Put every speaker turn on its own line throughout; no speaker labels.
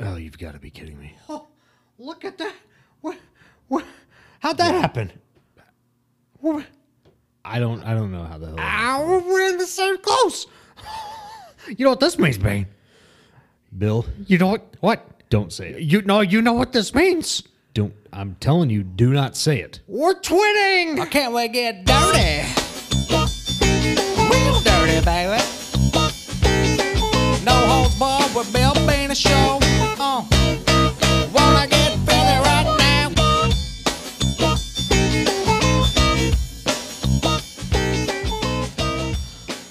Oh, you've got to be kidding me.
Oh, look at that. What, what, how'd that happen? We're,
I don't. I don't know how the hell.
ow, we're in the same clothes. you know what this means, Bane?
Bill,
You know what? What?
don't say it.
You know, you know what this means.
Don't. I'm telling you, do not say it.
We're twinning.
I can't wait to get dirty. Real dirty, baby. No holds barred with Bill being a show. Uh, wanna get filthy right now.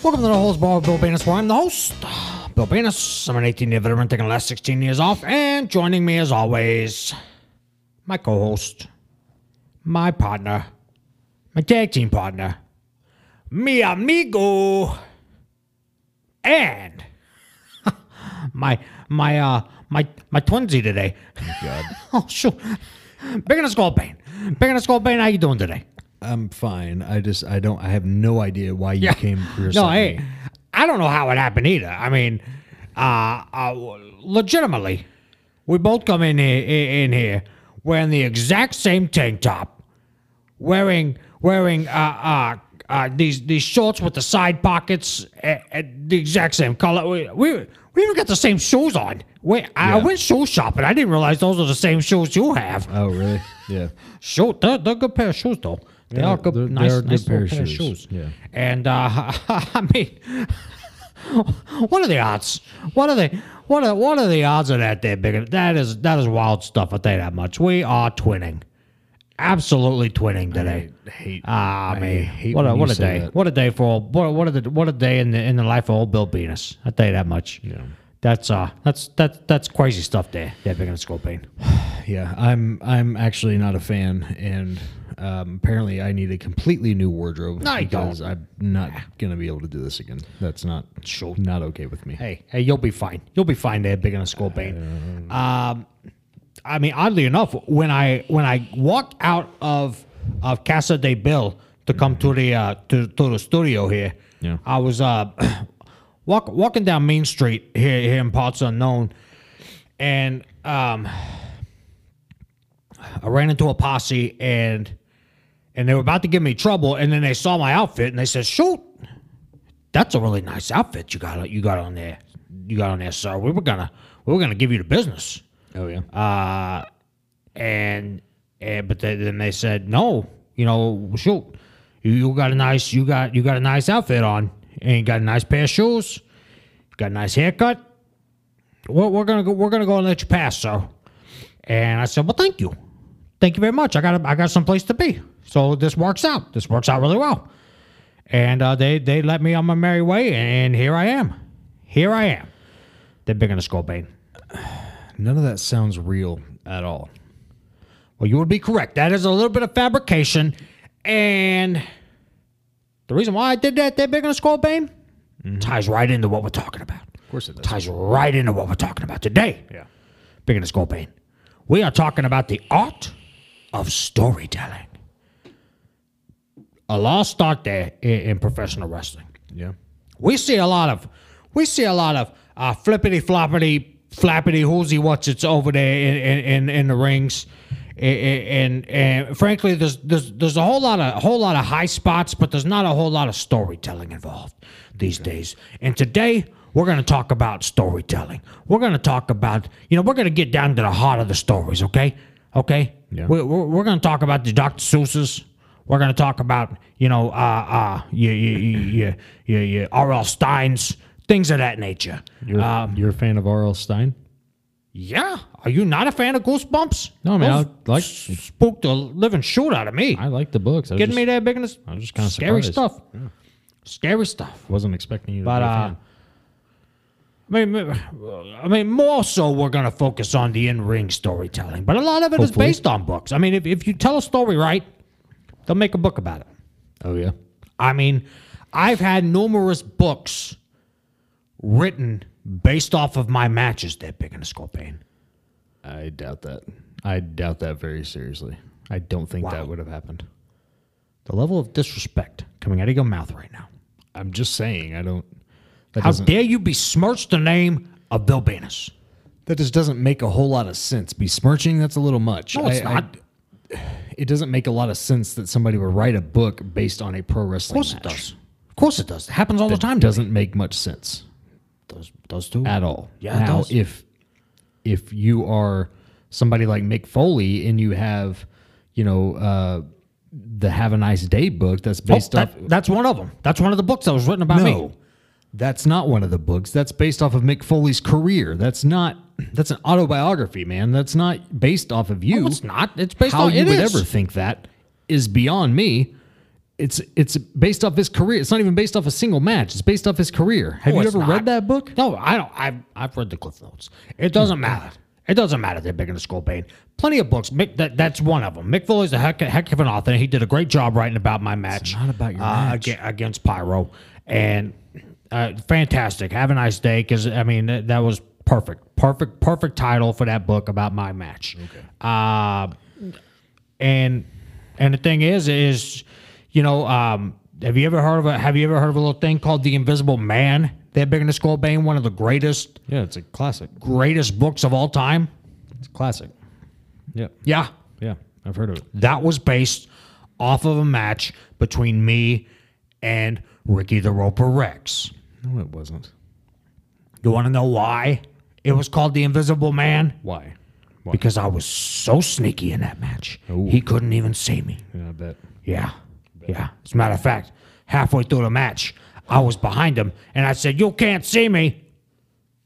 Welcome to the Holes Bar with Bill Banis, where I'm the host, Bill Banis. I'm an 18 year veteran taking the last 16 years off, and joining me as always, my co host, my partner, my tag team partner, mi amigo, and my my uh my my twinsy today.
God,
Oh shoot. Big in a skull pain. Big in a skull pain, how you doing today?
I'm fine. I just. I don't. I have no idea why you came for your
No,
son.
hey, I don't know how it happened either. I mean, uh, uh, legitimately, we both come in here, in here wearing the exact same tank top, wearing wearing uh, uh, uh, these these shorts with the side pockets, uh, uh, the exact same color. We, we we even got the same shoes on. Wait, I
Yeah.
went shoe shopping. I didn't realize those are the same shoes you have.
Oh really? Yeah.
Shoot, they're, they're a good pair of shoes though. They
Yeah,
are good,
they're-
nice,
they're a
nice
good pair
little pair
of
of
shoes,
shoes.
yeah.
And uh, I mean, what are the odds? What are they? What are what are the odds of that? There, bigger. That is that is wild stuff. I tell you that much. We are twinning, absolutely twinning today.
I hate.
Ah
I
man,
hate
what a
when you
what a
say
day!
that.
What a day for old, what what a what a day in the in the life of old Bill Venus. I tell you that much. Yeah. That's uh that's that's that's crazy stuff there. There, bigger than skull pain.
Yeah, I'm. I'm actually not a fan, and um, apparently I need a completely new wardrobe.
No, you
because I'm not gonna be able to do this again. That's not
Sure.
not okay with me.
hey, hey, you'll be fine. You'll be fine there, big in a skull pain. Um, I mean, oddly enough, when I when I walked out of of Casa de Bill to come to the uh, to, to the studio here,
Yeah.
I was uh, walk, walking down Main Street here here in parts unknown, and um, I ran into a posse and and they were about to give me trouble, and then they saw my outfit and they said, "Shoot, that's a really nice outfit you got you got on there, you got on there, sir. We were gonna we were gonna give you the business."
Oh yeah.
uh, and, and but they, then they said no. You know, shoot, you, you got a nice you got you got a nice outfit on, and you got a nice pair of shoes, got a nice haircut. We're, we're gonna go, we're gonna go and let you pass, sir. And I said, well, thank you, thank you very much. I got a, I got someplace to be, so this works out. This works out really well. And uh, they they let me on my merry way, and here I am, here I am. They're big on the skull bane.
None of that sounds real at all.
Well, you would be correct. That is a little bit of fabrication. And the reason why I did that, that big on a skull bane, ties right into what we're talking about.
Of course it does.
Ties right into what we're talking about today.
Yeah.
Big on a skull bane. We are talking about the art of storytelling. A lost art there i- in professional wrestling.
Yeah.
We see a lot of, we see a lot of uh, flippity floppity flappity whoosy what's it's over there in in, in, in the rings, and, and and frankly, there's there's there's a whole lot of a whole lot of high spots, but there's not a whole lot of storytelling involved these days. And today. We're going to talk about storytelling. We're going to talk about, you know, we're going to get down to the heart of the stories, okay? Okay?
Yeah.
We, we're we're going to talk about the Dr. Seuss's. We're going to talk about, you know, uh, uh, your, your, your, your, your R.L. Stein's, things of that nature. Uh,
You're, you're a fan of R.L. Stein?
Yeah. Are you not a fan of Goosebumps?
No, man, I like-
Spooked the living shit out of me.
I like the books. I
Getting
just
me that big in this?
I'm just kinda
Scary
surprised.
stuff. Scary stuff.
wasn't expecting you to
But
be a
uh,
fan.
I mean, I mean, more so we're gonna focus on the in-ring storytelling, but a lot of it is
Hopefully.
based on books. I mean, if, if you tell a story right, they'll make a book about it.
Oh, yeah.
I mean, I've had numerous books written based off of my matches. They're big in the Scorpion.
I doubt that. I doubt that very seriously. I don't think
Wow.
that would have happened.
The level of disrespect coming out of your mouth right now.
I'm just saying, I don't. That
How
doesn't,
dare you besmirch the name of Bill Bannis?
That just doesn't make a whole lot of sense. Besmirching, that's a little much.
No, it's
I- I-
not.
it doesn't make a lot of sense that somebody would write a book based on a pro wrestling
Of course
match.
it does. Of course it does. It happens all the time. Does
Doesn't make much sense
those those two?
at all.
Yeah, it
Now,
does.
if if you are somebody like Mick Foley and you have, you know, uh, the Have a Nice Day book that's
Oh,
based off.
that- that's one of them. That's one of the books that was written about
no,
me.
that's not one of the books. That's based off of Mick Foley's career. That's not. That's an autobiography, man. That's not based off of you.
No, it's not. It's based
How
on
you
it
would
is.
ever think that is beyond me. It's it's based off his career. It's not even based off a single match. It's based off his career. Have
No,
you
it's
ever
not.
read that book? Hmm.
No, I don't. I've I've read the Cliff Notes. It doesn't matter. It doesn't matter. They're big in the school pain. Plenty of books. Mick, that, that's one of them. Mick Foley's a heck, heck of an author. He did a great job writing about my match.
not about your
uh,
match.
aga- against Pyro, and uh, fantastic. Have a nice day, because I mean that, that was perfect, perfect, perfect title for that book about my match. Okay. Uh, and and the thing is, is you know, um, have you ever heard of a Have you ever heard of a little thing called the Invisible Man? They're big in the school, Bane, one of the greatest,
Yeah, it's a classic.
greatest books of all time.
It's a classic. Yep.
Yeah,
Yeah, I've heard of it.
that was based off of a match between me and Ricky the Roper Rex.
No, it wasn't.
You want to know why it was called the Invisible Man?
Why? Why?
Because I was so sneaky in that match.
Ooh.
He couldn't even see me.
Yeah, I bet.
Yeah. Yeah. As a matter of fact, halfway through the match, I was behind him and I said, You can't see me.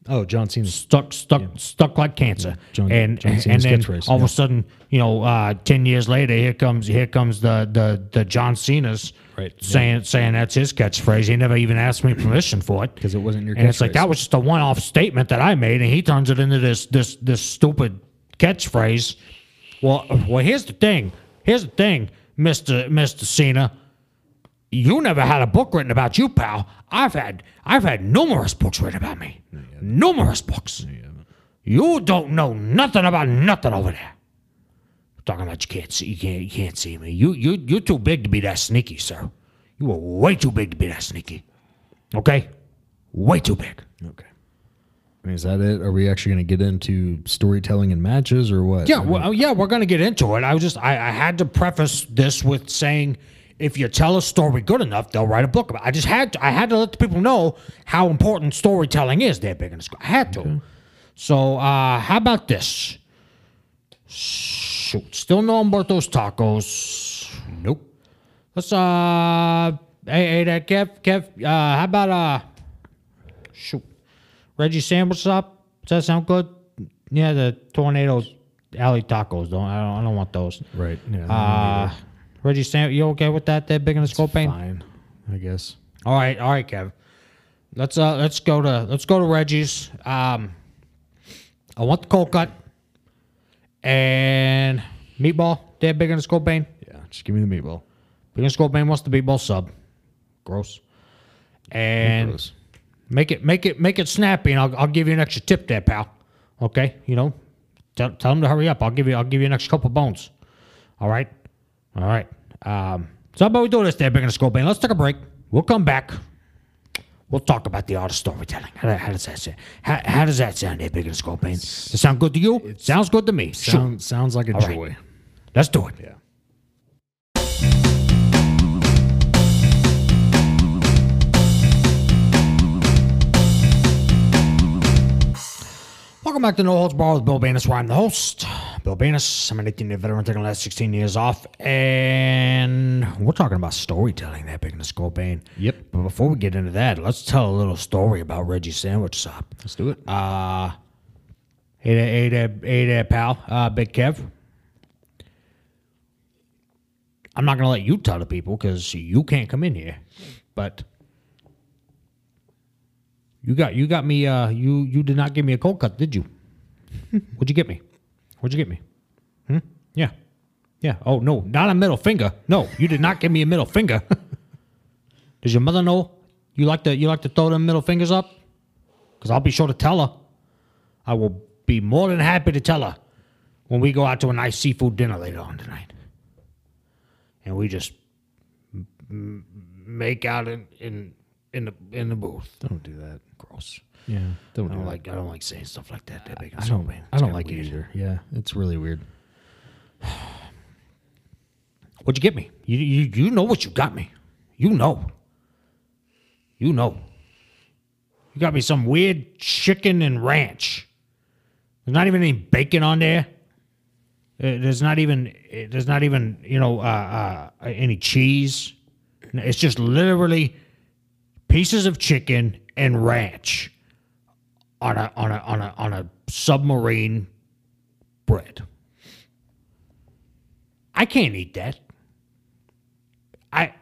Oh, John Cena.
Stuck, stuck, stuck like cancer.
John-
and
John
and
Cena's
then
catchphrase,
all
yeah.
of a sudden, you know, uh, ten years later, here comes here comes the the the John Cena's
Right, yeah.
saying saying that's his catchphrase. He never even asked me permission for it
'Cause it wasn't your
And it's like
catchphrase.
that was just a one off statement that I made, and he turns it into this this this stupid catchphrase. Well, well, here's the thing. Here's the thing, Mister Mister Cena. You never had a book written about you, pal. I've had I've had numerous books written about me. Numerous books. You don't know nothing about nothing over there. Talking about you can't see you can't you can't see me. You you you're too big to be that sneaky, sir. You were way too big to be that sneaky. Okay? Way too big.
Okay. I mean, is that it? Are we actually going to get into storytelling and matches or what?
Yeah, well, oh, yeah, we're gonna get into it. I was just, I, I had to preface this with saying, if you tell a story good enough, they'll write a book about. it. I just had, to, I had to let the people know how important storytelling is. They're big in the school. I had to. So, uh, how about this? Shoot, still no Umberto's tacos. Nope. Let's uh, hey, hey, that Kev, Kev, uh, how about uh, shoot, Reggie sandwich up. Does that sound good? Yeah, the tornado alley tacos. Don't I don't, I don't want those.
Right. Yeah.
Uh, Reggie sandwich. You okay with that? They're big in the scope pain.
fine, I guess.
All right, all right, Kev. Let's uh let's go to let's go to Reggie's. Um, I want the cold cut and meatball. They're big in the scope pain.
Yeah. Just give me the meatball.
Big in the scope pain wants the meatball sub. Gross. And
Gross.
Make it, make it, make it snappy, and I'll, I'll give you an extra tip there, pal. Okay, you know, tell, tell them to hurry up. I'll give you, I'll give you an extra couple bones. All right, all right. Um, so how about we do this there, big in the scope, and let's take a break. We'll come back. We'll talk about the art of storytelling. How, how does that sound? How, how does that sound, there, big in the scope? Does it sound good to you? sounds good to me. Sure.
Sound, sounds like a
right.
joy.
Let's do it.
Yeah.
Welcome back to No Holds Bar with Bill Banis, where I'm the host. Bill Banis, I'm an 18 year veteran, taking the last 16 years off, and we're talking about storytelling that big in the scope, Bane.
Yep.
But before we get into that, let's tell a little story about Reggie Sandwich Shop.
Let's do it.
Uh, hey there, hey there, hey there, pal, uh, Big Kev. I'm not gonna let you tell the people because you can't come in here, but you got you got me. Uh, you you did not give me a cold cut, did you? What'd you get me? What'd you get me? Hmm? Yeah, yeah. Oh no, not a middle finger. No, you did not give me a middle finger. Does your mother know you like to you like to throw them middle fingers up? Because I'll be sure to tell her. I will be more than happy to tell her when we go out to a nice seafood dinner later on tonight. And we just m- m- make out in, in, in, the, in the booth.
Don't do that.
Gross.
Yeah. Don't
I
do
don't
it.
like I don't like saying stuff like that. That big
I don't. I don't like it either. Yeah, it's really weird.
What'd you get me? You, you you know what you got me. You know. You know. You got me some weird chicken and ranch. There's not even any bacon on there. Uh, There's not even uh, there's not even you know uh, uh, any cheese. It's just literally pieces of chicken and ranch on a on a on a on a submarine bread. I can't eat that. I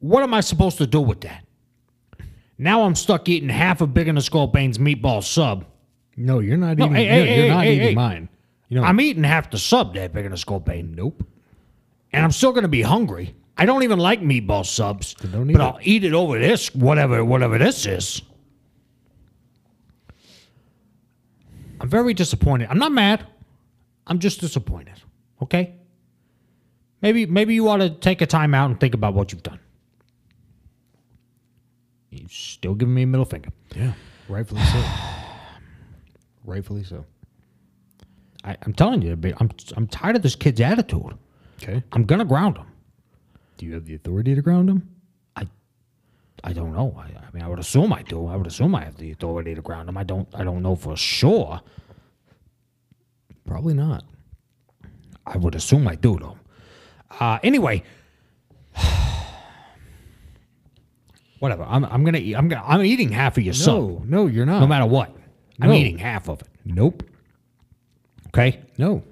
what am I supposed to do with that? Now I'm stuck eating half of Big and the Skull Bane's meatball sub.
No, you're not
No,
eating.
hey,
you're,
hey,
you're
hey,
not
hey,
eating
hey.
mine. You know.
I'm eating half the sub there, Big and the Skull Bane.
nope.
And I'm still gonna be hungry. I don't even like meatball subs.
don't eat
but
it.
I'll eat it over this, whatever whatever this is. I'm very disappointed. I'm not mad. I'm just disappointed. Okay? Maybe maybe you ought to take a time out and think about what you've done. You're still giving me a middle finger.
Yeah. Rightfully so. Rightfully so.
I, I'm telling you, I'm I'm tired of this kid's attitude.
Okay.
I'm gonna ground him.
Do you have the authority to ground him?
I don't know. I, I mean, I would assume I do. I would assume I have the authority to ground him. I don't. I don't know for sure.
Probably not.
I would assume I do though. Uh, anyway, whatever. I'm, I'm gonna. Eat, I'm gonna. I'm eating half of your sub,
No, no, you're not.
no matter what. I'm
No.
eating half of it.
nope.
Okay,
No.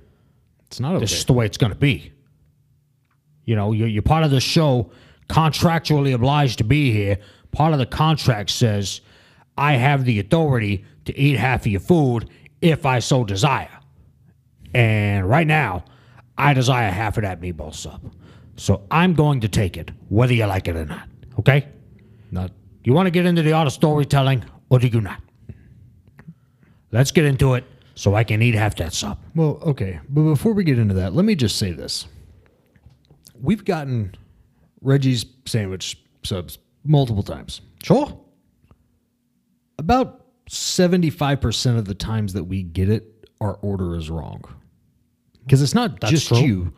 It's not okay.
this is the way it's gonna be. You know, you're, you're part of the show, contractually obliged to be here. Part of the contract says I have the authority to eat half of your food if I so desire. And right now, I desire half of that meatball sub. So I'm going to take it, whether you like it or not. Okay?
not.
You want to get into the art of storytelling, or do you not? Let's get into it so I can eat half that sub.
Well, okay. But before we get into that, let me just say this. We've gotten Reggie's sandwich subs multiple times.
Sure.
About 75% of the times that we get it, our order is wrong. Because it's not just
true.
you,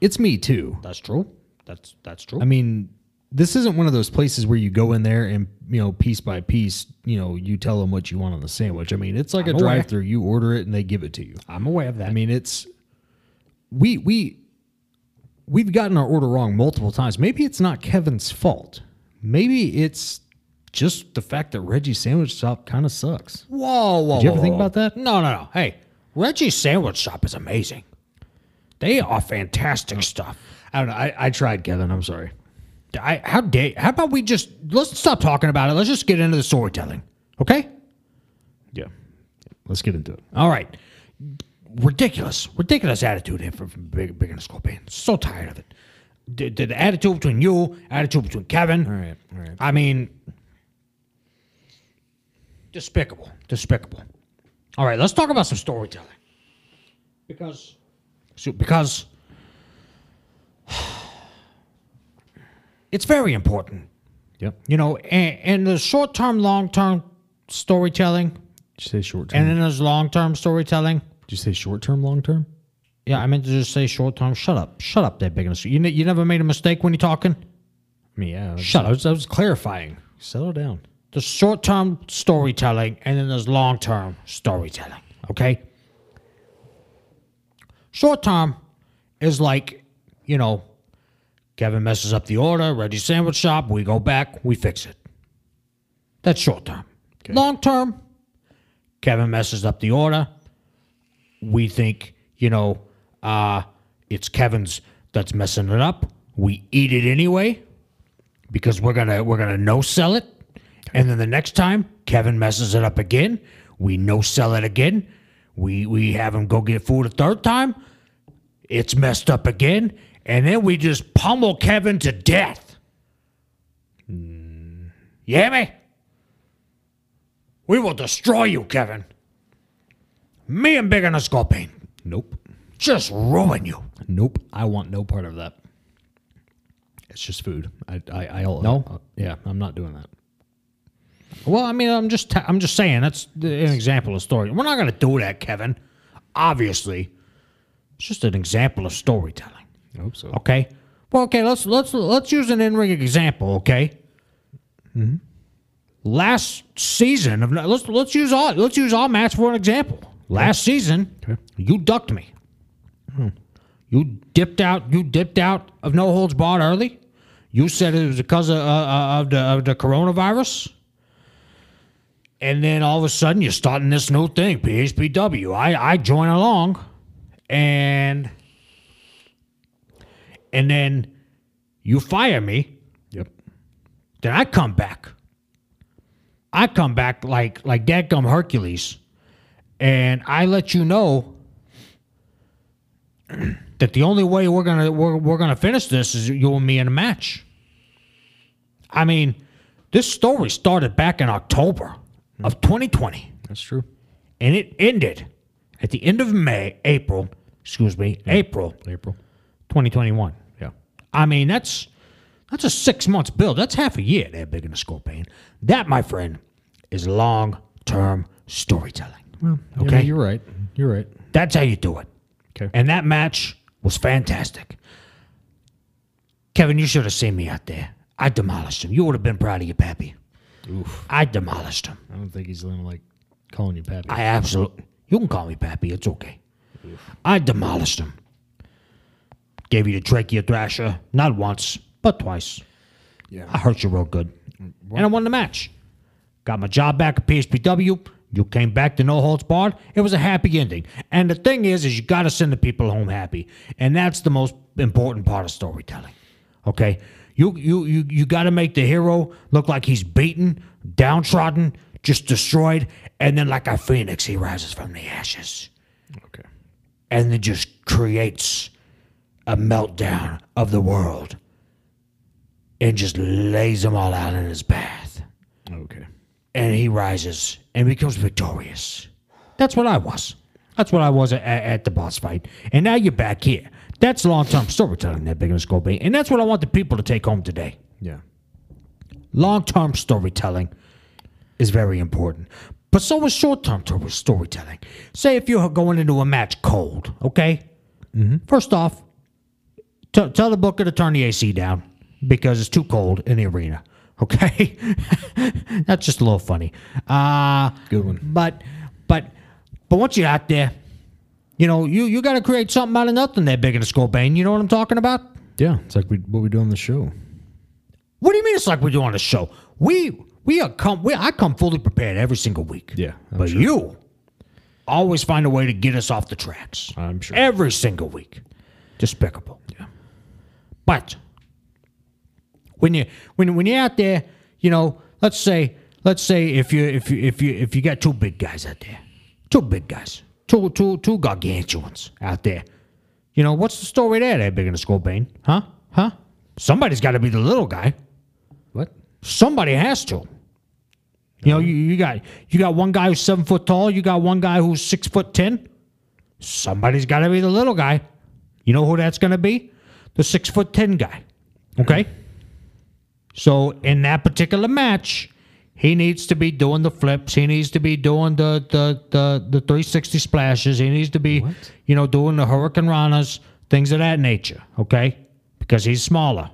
it's me too.
That's true. That's that's true.
I mean, this isn't one of those places where you go in there and, you know, piece by piece, you know, you tell them what you want on the sandwich. I mean, it's like a
aware.
drive through. You order it and they give it to you.
I'm aware of that.
I mean, it's we we we've gotten our order wrong multiple times. Maybe it's not Kevin's fault. Maybe it's just the fact that Reggie's sandwich shop kind of sucks.
whoa, whoa.
Did you ever
whoa,
think
whoa.
about that?
No, no, no. Hey, Reggie's Sandwich Shop is amazing. They are fantastic stuff.
I don't know. I, I tried, Kevin. I'm sorry.
I, how dare? How about we just let's stop talking about it. Let's just get into the storytelling, okay?
Yeah. Let's get into it.
All right. Ridiculous, ridiculous attitude here from, from Big, Big and Scorpion. So tired of it. The, the, the attitude between you, attitude between Kevin. All
right, all right.
I mean, despicable, despicable. All right, let's talk about some storytelling. Because, so- because it's very important,
Yep.
you know, and, and the short term, long term storytelling,
Did you say short term?
and then there's long term storytelling.
Did you say short term, long term?
Yeah, I meant to just say short term. Shut up. Shut up there, big You, ne- you never made a mistake when you're talking?
I mean, yeah. I was-
Shut up.
I was, I was clarifying. Settle down.
There's short term storytelling and then there's long term storytelling. Okay? Short term is like, you know, Kevin messes up the order, Reggie's sandwich shop, we go back, we fix it. That's short term. Long term, Kevin messes up the order. We think, you know, uh, it's Kevin's that's messing it up. We eat it anyway because we're gonna we're gonna no sell it, and then the next time Kevin messes it up again, we no sell it again. We we have him go get food a third time. It's messed up again, and then we just pummel Kevin to death. You hear me? We will destroy you, Kevin. Me and Big and the Scorpion
Nope.
just ruin you.
Nope. I want no part of that. It's just food. I, uh, I, I'll.
No?
yeah, I'm not doing that.
Well, I mean, I'm just I'm just saying that's the- an example of story. We're not gonna do that, Kevin. Obviously, it's just an example of storytelling.
I hope so.
Okay. Well, okay. Let's let's let's use an in-ring example. Okay.
Mm-hmm.
Last season of let's let's use all let's use all match for an example. Last season, you ducked me. You dipped out. You dipped out of no holds barred early. You said it was because of, uh, uh, of the of the coronavirus. And then all of a sudden, you're starting this new thing, PHPW. I I join along, and and then you fire me,
Yep.
then I come back. I come back like like dadgum Hercules, and I let you know that the only way we're gonna we're, we're gonna finish this is you and me in a match. I mean, this story started back in October of 2020
That's true.
and it ended at the end of May, April, excuse me, April
April.
2021.
Yeah.
I mean, that's that's a six months build. That's half a year there, big in the scorpion. That, my friend, is long term storytelling.
Okay.
okay.
you're right. You're right.
That's how you do it.
Okay.
And that match was fantastic. Kevin, you should have seen me out there. I demolished him. You would have been proud of your pappy.
Oof.
I demolished him.
I don't think he's gonna like calling you pappy.
I absolutely. You can call me Pappy. It's okay. I demolished him. Gave you the trachea thrasher, not once, but twice.
yeah. Mm,
I hurt you real good. And I won the match. Got my job back at PSPW. You came back to no holds barred. It was a happy ending. And the thing is, is you got to send the people home happy, and that's the most important part of storytelling. Okay, you you you you got to make the hero look like he's beaten, downtrodden, just destroyed, and then like a phoenix, he rises from the ashes
Okay.
and then just creates a meltdown of the world and just lays them all out in his path.
Okay.
And he rises and becomes victorious. That's what I was. That's what I was at, at the boss fight. And now you're back here. That's long term storytelling, that big of a scope. And that's what I want the people to take home today.
Yeah.
Long term storytelling is very important, but so is short term storytelling. Say if you're going into a match cold, okay? Mm-hmm. First off, t- tell the booker to turn the AC down because it's too cold in the arena, okay? That's just a little funny. Uh,
Good one.
but but but once you're out there, you know, you, you got to create something out of nothing there big in the skull bane. You know what I'm talking about?
Yeah. It's like we, what we do on the show.
What do you mean? It's like we do on the show. We we are come. We, I come fully prepared every single week.
Yeah, I'm
but
sure.
you always find a way to get us off the tracks.
I'm sure.
Every single week, despicable. Yeah. But when you when when you're out there, you know, let's say let's say if you if you if you if you got two big guys out there, two big guys, two two two gargantuans out there, you know, what's the story there? That big in the school, Bane? Huh? Huh? Somebody's got to be the little guy.
What?
Somebody has to. You know, you, you got you got one guy who's seven foot tall. You got one guy who's six foot ten. Somebody's got to be the little guy. You know who that's going to be? The six foot ten guy. Okay. So in that particular match, he needs to be doing the flips. He needs to be doing the the the, the three sixty splashes. He needs to be
What?
you know doing the hurricane ranas, things of that nature. Okay, because he's smaller.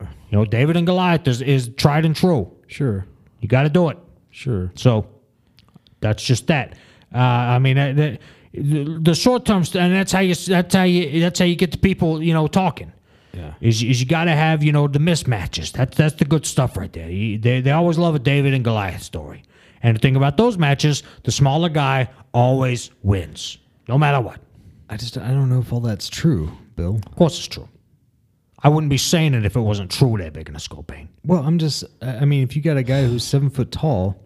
You know, David and Goliath is, is tried and true.
Sure.
You got to do it.
Sure.
So that's just that. Uh, I mean, uh, the, the, the short term, st- and that's how you that's how you that's how you get the people you know talking.
Yeah.
Is, is you got to have you know the mismatches. That's that's the good stuff right there. You, they they always love a David and Goliath story. And the thing about those matches, the smaller guy always wins, no matter what.
I just I don't know if all that's true, Bill.
Of course, it's true. I wouldn't be saying it if it wasn't true. That big in a skull pain.
Well, I'm just I I mean, if you got a guy who's seven foot tall,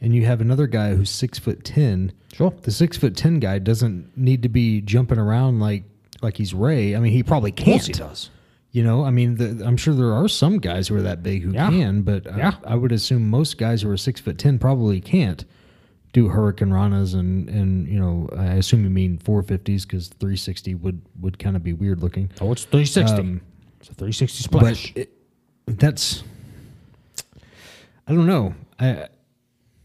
and you have another guy who's six foot ten,
Sure.
the six foot ten guy doesn't need to be jumping around like like he's Ray. I mean, he probably can't.
course he does.
You know, I mean, the, I'm sure there are some guys who are that big who
Yeah.
can, but I-
Yeah.
I, would assume most guys who are six foot ten probably can't do hurricane ranas and and you know I assume you mean four fifties because three sixty would would kind of be weird looking.
Oh, it's three sixty.
Um,
it's a three sixty splash.
But it, that's I don't know. I,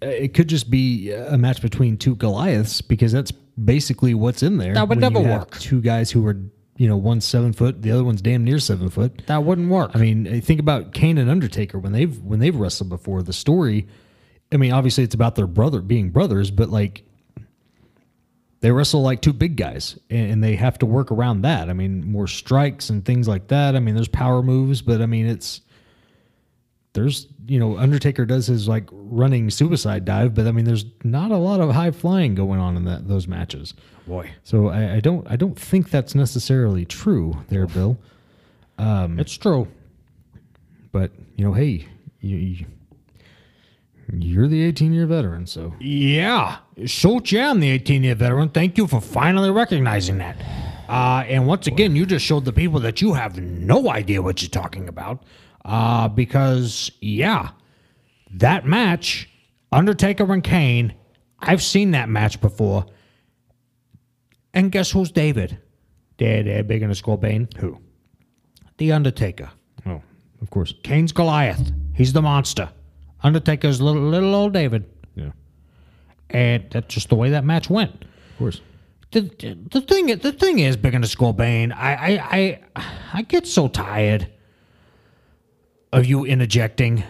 it could just be a match between two Goliaths because that's basically what's in there.
That would
when you
never
have
work.
Two guys who were, you know, one's seven foot, the other one's damn near seven foot.
That wouldn't work.
I mean, I think about Kane and Undertaker when they've when they've wrestled before. The story, I mean, obviously it's about their brother being brothers, but like they wrestle like two big guys, and, and they have to work around that. I mean, more strikes and things like that. I mean, there's power moves, but I mean, it's there's you know Undertaker does his like running suicide dive, but I mean, there's not a lot of high flying going on in that those matches.
boy,
So I, I don't I don't think that's necessarily true there, Bill. Um,
it's true.
but you know, hey, you, you you're the 18 year veteran, so
Yeah. Shoot, yeah, I'm the 18 year veteran. Thank you for finally recognizing that. Uh, and once again, you just showed the people that you have no idea what you're talking about. Uh, because, yeah, that match, Undertaker and Kane, I've seen that match before. And guess who's David? They're, they're big in a Scorbane. Who? The Undertaker.
oh, of course,
Kane's Goliath. He's the monster. Undertaker's little, little old David.
yeah, of
and that's just the way that match went.
course.
The, the thing the thing is, big into Scorbane, I, I I I get so tired of you interjecting.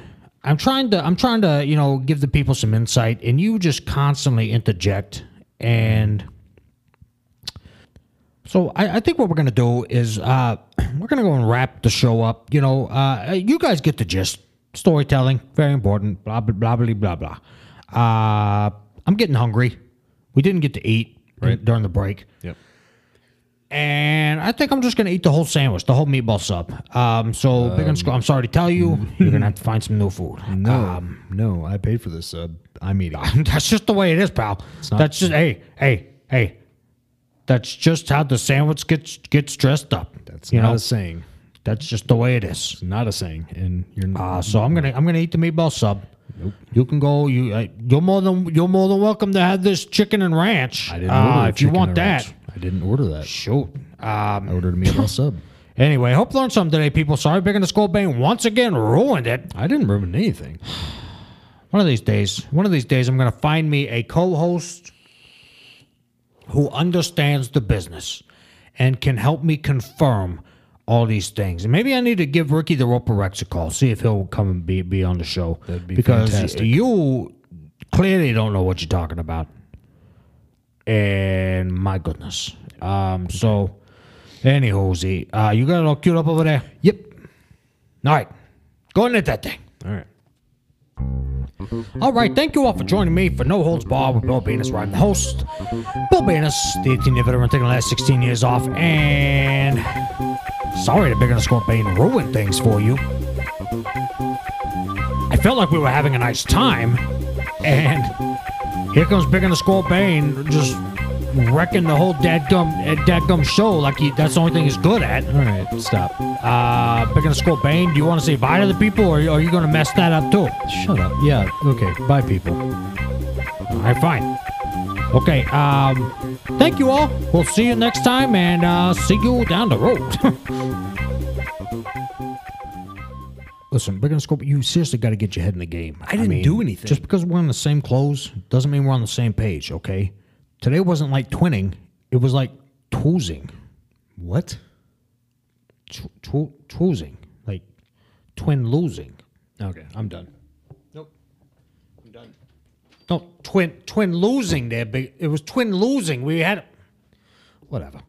I'm trying to I'm trying to you know give the people some insight, and you just constantly interject. And so I, I think what we're gonna do is uh, we're gonna go and wrap the show up. You know, uh, you guys get the gist. Storytelling very important. Blah blah blah blah blah. blah. Uh, I'm getting hungry. We didn't get to eat during the break.
Yep.
And I think I'm just gonna eat the whole sandwich, the whole meatball sub. Um, so big on school. I'm sorry to tell you, you're gonna have to find some new food.
Mm-hmm. No,
Um,
no, I paid for this sub. I'm eating.
that's just the way it is, pal. That's just hey, hey, hey. That's just how the sandwich gets gets dressed up.
That's
you
not
know.
a saying.
That's just the way it is.
It's not a saying, and you're
Uh, so I'm gonna I'm gonna eat the meatball sub. You can go. You uh, you're more than you're more than welcome to have this chicken and ranch.
I didn't
uh,
order a
if you
chicken
want
and
that.
ranch. I didn't order that.
Shoot. Um,
I ordered a meatball sub.
Anyway, hope you learned something today, people. Sorry, Big in the Skull Bane once again ruined it.
I didn't ruin anything.
One of these days, one of these days, I'm going to find me a co host who understands the business and can help me confirm all these things. And maybe I need to give Ricky the Roper Rex a call, see if he'll come and be, be on the show.
That'd be
because
fantastic.
you clearly don't know what you're talking about. And my goodness. Um, so, anywho, uh, you got it all queued up over there?
Yep.
All right. Go and hit that thing.
All right.
All right, thank you all for joining me for No Holds Bar with Bill Banis, where I'm the host. Bill Banis, the 18 year veteran, taking the last 16 years off, and sorry to Big and Scorpion ruin things for you. I felt like we were having a nice time, and here comes Big and the Scorpion just wrecking the whole dadgum, eh, dadgum show like he, that's the only thing he's good at.
All right. Stop.
Uh, Big and the Scorpion, do you want to say bye to the people, or are you going to mess that up too?
Shut up. Yeah. Okay. Bye, people.
All right, fine. Okay, um, thank you all. We'll see you next time and uh, see you down the road. Listen, Big and Scope, you seriously got to get your head in the game. I
didn't do anything.
Just because we're on the same clothes doesn't mean we're on the same page, okay? Today wasn't like twinning, it was like twosing.
What?
Tw- tw- twosing. Like twin losing.
Okay. I'm done.
No, twin twin losing there, big it was twin losing. We had whatever.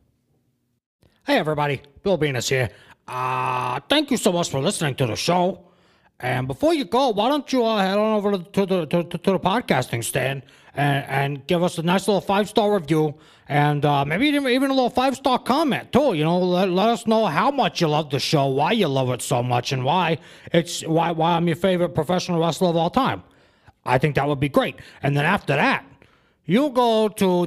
Hey everybody, Bill Venus here. Uh thank you so much for listening to the show. And before you go, why don't you uh, head on over to the to, to, to the podcasting stand and, and give us a nice little five star review and uh, maybe even even a little five star comment too. You know, let, let us know how much you love the show, why you love it so much, and why it's why why I'm your favorite professional wrestler of all time. I think that would be great. And then after that, you go to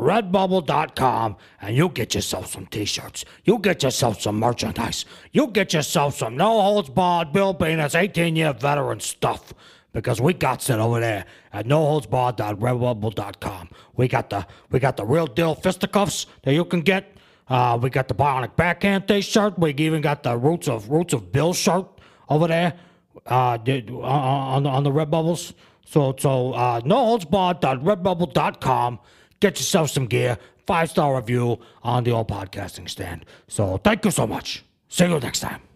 noholdsbar.redbubble.com and you get yourself some t-shirts. You get yourself some merchandise. You get yourself some No Holds Barred Bill Beaners 18-year veteran stuff because we got it over there at noholdsbar.redbubble.com. We got the we got the real deal fisticuffs that you can get. Uh, we got the Bionic Backhand T-shirt. We even got the Roots of Roots of Bill shirt over there. uh, did, on, on, on the Red Bubbles. So, so uh, noholdsbarred.redbubble.com. Get yourself some gear. Five star review on the old podcasting stand. So, thank you so much. See you next time.